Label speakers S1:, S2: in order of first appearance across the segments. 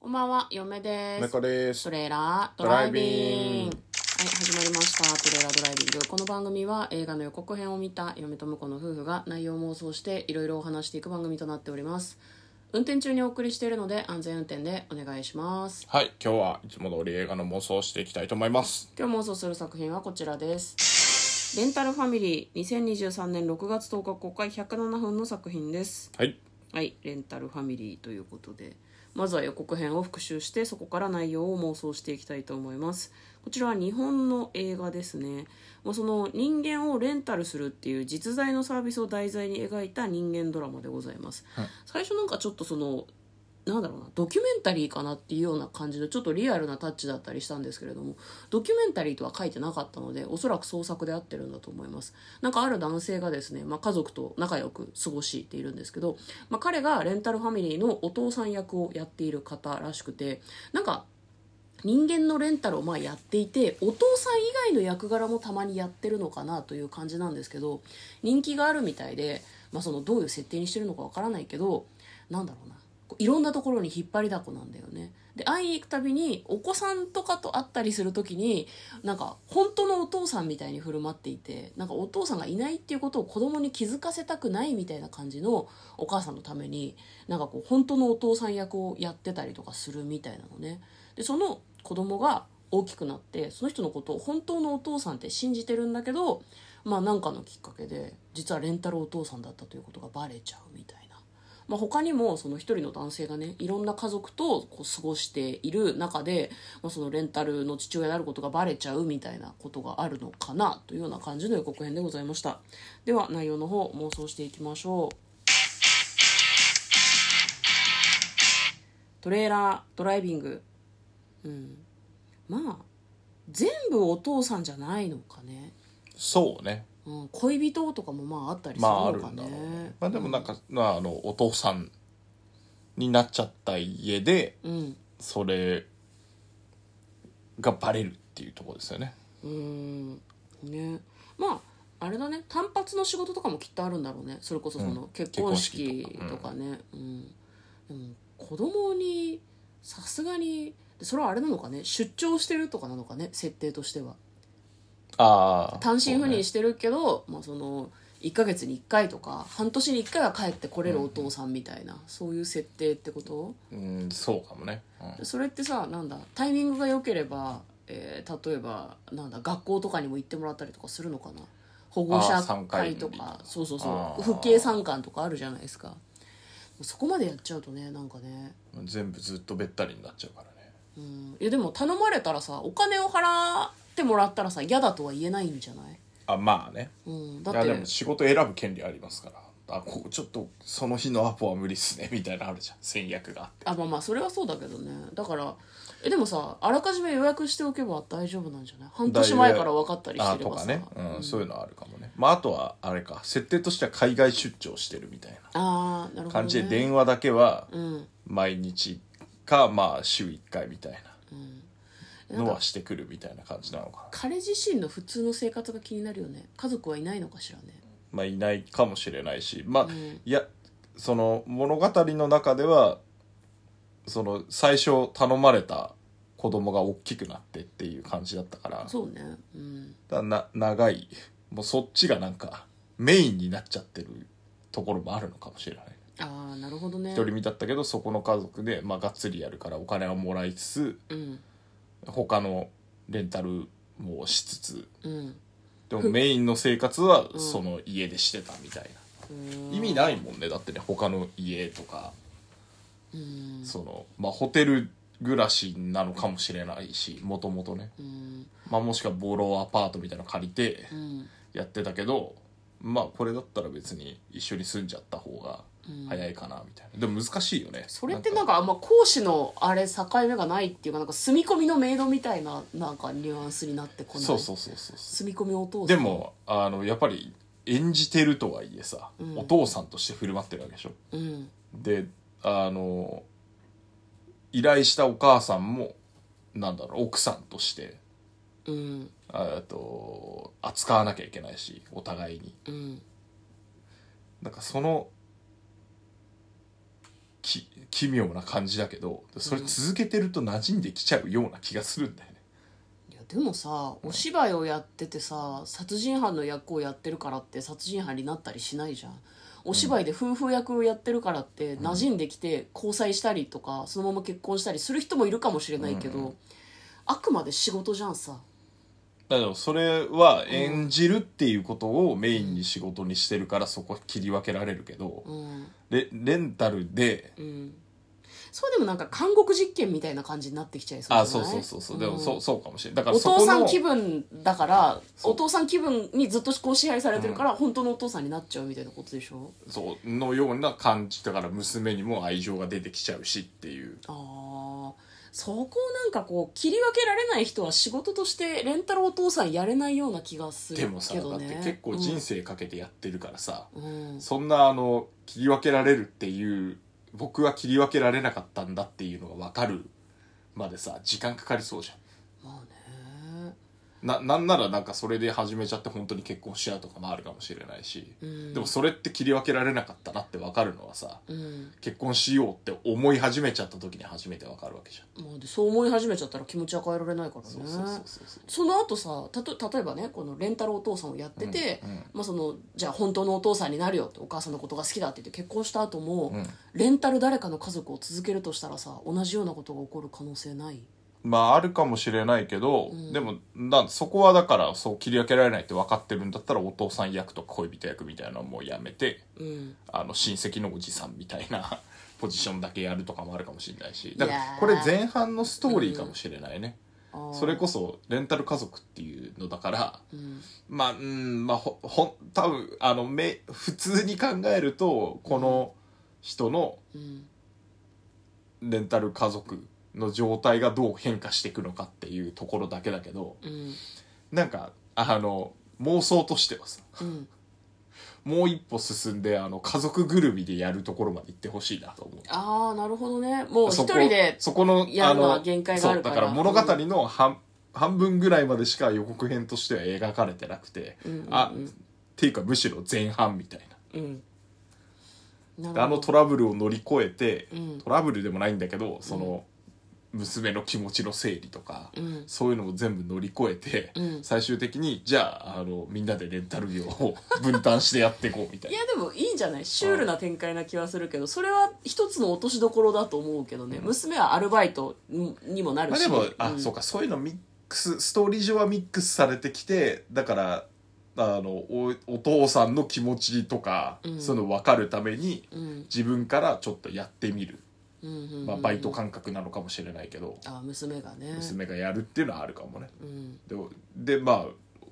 S1: こんばんは、嫁です。
S2: 中で
S1: ト
S2: す。
S1: レーラードライビング。はい、始まりました。トレーラードライビング。この番組は映画の予告編を見た嫁と婿の夫婦が内容を妄想していろいろお話していく番組となっております。運転中にお送りしているので安全運転でお願いします。
S2: はい、今日はいつも通り映画の妄想をしていきたいと思います。
S1: 今日妄想する作品はこちらです。レンタルファミリー2023年6月10日公開107分の作品です。
S2: はい、
S1: はい、レンタルファミリーということでまずは予告編を復習してそこから内容を妄想していきたいと思いますこちらは日本の映画ですねもうその人間をレンタルするっていう実在のサービスを題材に描いた人間ドラマでございます、最初なんかちょっとそのなんだろうなドキュメンタリーかなっていうような感じのちょっとリアルなタッチだったりしたんですけれどもドキュメンタリーとは書いてなかったのでおそらく創作であってるんだと思いますなんかある男性がですね、まあ、家族と仲良く過ごしているんですけど、まあ、彼がレンタルファミリーのお父さん役をやっている方らしくてなんか人間のレンタルをまあやっていてお父さん以外の役柄もたまにやってるのかなという感じなんですけど人気があるみたいで、まあ、そのどういう設定にしてるのかわからないけどなんだろうなこういろんなところに引っ張りだこなんだよねで会いに行くたびにお子さんとかと会ったりする時になんか本当のお父さんみたいに振る舞っていてなんかお父さんがいないっていうことを子供に気づかせたくないみたいな感じのお母さんのためになんかこう本当のお父さん役をやってたりとかするみたいなのねでその子供が大きくなってその人のことを本当のお父さんって信じてるんだけどまあなんかのきっかけで実はレンタルお父さんだったということがバレちゃうみたいな。まあ、他にもその一人の男性がねいろんな家族とこう過ごしている中で、まあ、そのレンタルの父親であることがバレちゃうみたいなことがあるのかなというような感じの予告編でございましたでは内容の方妄想していきましょうトレーラードライビングうんまあ全部お父さんじゃないのかね、
S2: そうね。
S1: うん、恋人とかもまああったりす
S2: ま
S1: る
S2: ああ
S1: の
S2: る
S1: か
S2: んだろう
S1: ね
S2: ね。まあでもなんか、まああの、お父さんになっちゃった家で、
S1: うん
S2: それがバレるっていうところですよね。
S1: うーんねまああれだね単発の仕事とかもきっとあるんだろうねそれこそその
S2: うん
S1: 結婚式
S2: 結婚式
S1: と
S2: と
S1: か
S2: か
S1: ね、うんでも子供にさすがにでそれはあれなのかね出張してるとかなのかね設定としては
S2: ああ。
S1: 単身赴任
S2: し
S1: してるけど、まあ、その1ヶ月に1回とか半年に1回は帰ってこれるお父さんみたいな、そういう設定ってこと
S2: うん、そうかもね。うん
S1: それってさなんだタイミングが良ければ、えー例えばなんだ学校とかにも行ってもらったりとかするのかな保護者
S2: あー参加
S1: 会
S2: に
S1: とかそうそう
S2: あ
S1: そう
S2: ー
S1: 父兄参観とかあるじゃないですかそこまでやっちゃうとねなんかね
S2: 全部ずっとべったりになっちゃうからね。
S1: うんいやでも頼まれたらさお金を払ってもらったらさ嫌だとは言えないんじゃない、
S2: あ、まあね。
S1: うん、だ
S2: い
S1: っ
S2: や
S1: て
S2: でも仕事選ぶ権利ありますから。あ、ここちょっとその日のアポは無理っすね、みたいなのあるじゃん。戦略があって。
S1: あまあまあそれはそうだけどねだからえでもさあらかじめ予約しておけば大丈夫なんじゃない半年前から分かったりし
S2: あ
S1: てれ
S2: と
S1: ば
S2: か
S1: さ、
S2: ね、うんそういうのはあるかもね、まあ、あとはあれか設定としては海外出張してるみたいな
S1: ああなるほど、ね、
S2: 感じで電話だけは
S1: うん
S2: 毎日かまあ週1回みたいなのはしてくるみたいな感じなのかな
S1: 彼自身の普通の生活が気になるよね家族はいないのかしらね
S2: まあ、いないかもしれないしまあ、
S1: ん
S2: いやその物語の中ではその最初頼まれた子供が大きくなってっていう感じだったから
S1: そうねうん
S2: だな長いもうそっちがなんかメインになっちゃってるところもあるのかもしれない
S1: ああなるほどね
S2: 独り身だったけどそこの家族で、まあ、がっつりやるからお金はもらいつつ
S1: うん
S2: 他のレンタルもしつつ
S1: うん
S2: でもメインの生活はその家でしてたみたいな意味ないもんねだってね他の家とか
S1: うん
S2: その、まあ、ホテル暮らしなのかもしれないしもともとね、
S1: うん
S2: まあ、もしくはボロアパートみたいなの借りて
S1: うん
S2: やってたけどまあこれだったら別に一緒に住んじゃった方が早いかなみたいな、でも難しいよね
S1: それってなんかあんま講師のあれ境目がないっていうかなんか住み込みのメイドみたいななんかニュアンスになってこない
S2: そうそうそうそうそう
S1: 住み込みお父さん
S2: でもあのやっぱり演じてるとはいえさ、お父さんとして振る舞ってるわけでしょ
S1: うん
S2: であの依頼したお母さんもなんだろう奥さんとして
S1: うん
S2: あと扱わなきゃいけないしお互いに
S1: うん
S2: なんかそのき奇妙な感じだけどそれ続けてると馴染んできちゃうような気がするんだよね、
S1: いやでもさお芝居をやっててさ殺人犯の役をやってるからって殺人犯になったりしないじゃんお芝居で夫婦役をやってるからって馴染んできて交際したりとかそのまま結婚したりする人もいるかもしれないけど、あくまで仕事じゃんさ
S2: だけどそれは演じるっていうことをメインに仕事にしてるからそこは切り分けられるけど、
S1: うん
S2: レレンタルで、
S1: うんそうでもなんか監獄実験みたいな感じになってきちゃいそう
S2: あ
S1: じ
S2: そ
S1: ゃ
S2: う
S1: ない
S2: そうそうそう、
S1: ん
S2: でもそうそうかもしれないだから
S1: お
S2: そこ
S1: 父
S2: の
S1: さん気分だから
S2: そう
S1: お父さん気分にずっとこう支配されてるから、本当のお父さんになっちゃうみたいなことでしょ
S2: そうのような感じだから娘にも愛情が出てきちゃうしっていう
S1: ああそこをなんかこう切り分けられない人は仕事としてレンタルお父さんやれないような気がす
S2: で
S1: る
S2: もさ、
S1: け
S2: だ
S1: ど
S2: って
S1: ね
S2: 結構人生かけてやってるからさ、
S1: うん、うん
S2: そんなあの切り分けられるっていう僕は切り分けられなかったんだっていうのが分かるまでさ時間かかりそうじゃん
S1: まあね
S2: ななんならなんかそれで始めちゃって本当に結婚し合うとかもあるかもしれないし、
S1: うん
S2: でもそれって切り分けられなかったなって分かるのはさ
S1: うん
S2: 結婚しようって思い始めちゃった時に初めて分かるわけじゃん
S1: まあ、でそう思い始めちゃったら気持ちは変えられないからね
S2: そうそうそうそうそう
S1: その後さたと例えばねこのレンタルお父さんをやってて、
S2: うんうん
S1: まあ、そのじゃあ本当のお父さんになるよってお母さんのことが好きだって言って結婚した後も、
S2: うん
S1: レンタル誰かの家族を続けるとしたらさ同じようなことが起こる可能性ない
S2: まああるかもしれないけど、でもだそこはだからそう切り分けられないって分かってるんだったらお父さん役とか恋人役みたいなのもうやめて
S1: うん
S2: あの親戚のおじさんみたいな ポジションだけやるとかもあるかもしれないしだか
S1: いや
S2: ら
S1: ー
S2: これ前半のストーリーかもしれないね、それこ
S1: そ、
S2: そレンタル家族っていうのだから
S1: うん
S2: まあうんまあほほん多分あのめ普通に考えるとこの人の
S1: うん、
S2: レンタル家族の状態がどう変化していくのかっていうところだけだけど
S1: うん
S2: なんかあの妄想としてはさ
S1: うん、
S2: もう一歩進んであの家族ぐるみでやるところまで行ってほしいなと思う
S1: ああなるほどねもう一
S2: そこ
S1: 人で
S2: そこの
S1: やるのは限界があるから
S2: そうだから物語の半,、半分ぐらいまでしか予告編としては描かれてなくて、
S1: うんうんうん
S2: あっていうかむしろ前半みたいな
S1: うんなるほ
S2: で
S1: ど
S2: あのトラブルを乗り越えて、
S1: うん
S2: トラブルでもないんだけどその、娘の気持ちの整理とか、
S1: うん
S2: そういうのも全部乗り越えて、
S1: うん
S2: 最終的にじゃああのみんなでレンタル料を分担してやっていこうみたい
S1: い
S2: な
S1: やでもいいんじゃないシュールな展開な気はするけどそれは一つの落としどころだと思うけどね、娘はアルバイトににもなる
S2: まあ
S1: し、
S2: でも、あ
S1: うん
S2: そうかそういうのミックスストーリー上はミックスされてきてだからあのおお父さんの気持ちとか、
S1: うん
S2: そういうの分かるために
S1: うん
S2: 自分からちょっとやってみる、
S1: うんうんうんうん
S2: まあ、バイト感覚なのかもしれないけど、
S1: あ娘がね
S2: 娘がやるっていうのはあるかもね。
S1: うん
S2: ででまあ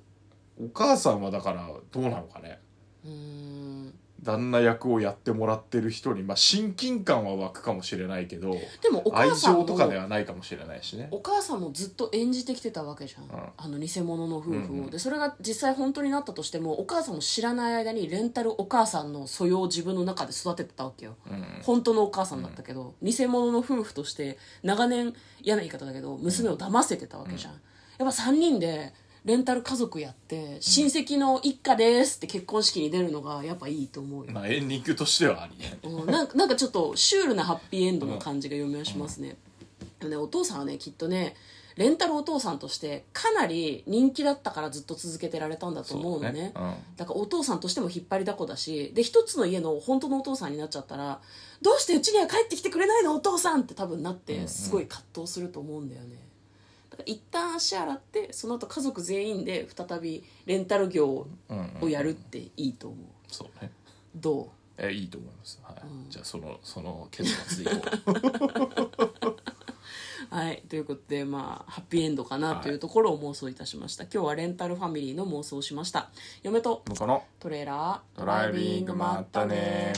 S2: お母さんはだからどうなのかね
S1: うーん
S2: 旦那役をやってもらってる人に、まあ、親近感は湧くかもしれないけど
S1: でもお
S2: 愛
S1: 母さんも
S2: 情とかではないかもしれないしね
S1: お母さんもずっと演じてきてたわけじゃん、
S2: ん
S1: あの偽物の夫婦を、
S2: うんうん
S1: でそれが実際本当になったとしてもお母さんも知らない間にレンタルお母さんの素養を自分の中で育ててたわけよ、
S2: うん
S1: 本当のお母さんだったけど、偽物の夫婦として長年嫌な言い方だけど娘を騙せてたわけじゃん、やっぱ3人でレンタル家族やって親戚の一家ですって結婚式に出るのがやっぱいいと思うよ、
S2: まあエンディングとしてはありね
S1: うんなんかなんかちょっとシュールなハッピーエンドの感じが読みはしますね,、でもねお父さんはねきっとねレンタルお父さんとしてかなり人気だったからずっと続けてられたんだと思うのね
S2: そうだね
S1: だからお父さんとしても引っ張りだこだしで一つの家の本当のお父さんになっちゃったらどうしてうちには帰ってきてくれないのお父さんって多分なってすごい葛藤すると思うんだよね、だから一旦足洗ってその後家族全員で再びレンタル業
S2: うんうん
S1: をやるっていいと思う、
S2: そうね
S1: どう
S2: えいいと思います、はいじゃあそのその結末でい こ
S1: はい、ということで、まあ、ハッピーエンドかなというところを妄想いたしました、今日はレンタルファミリーの妄想をしました嫁と
S2: うのかな
S1: トレーラー
S2: ドライビングもあったね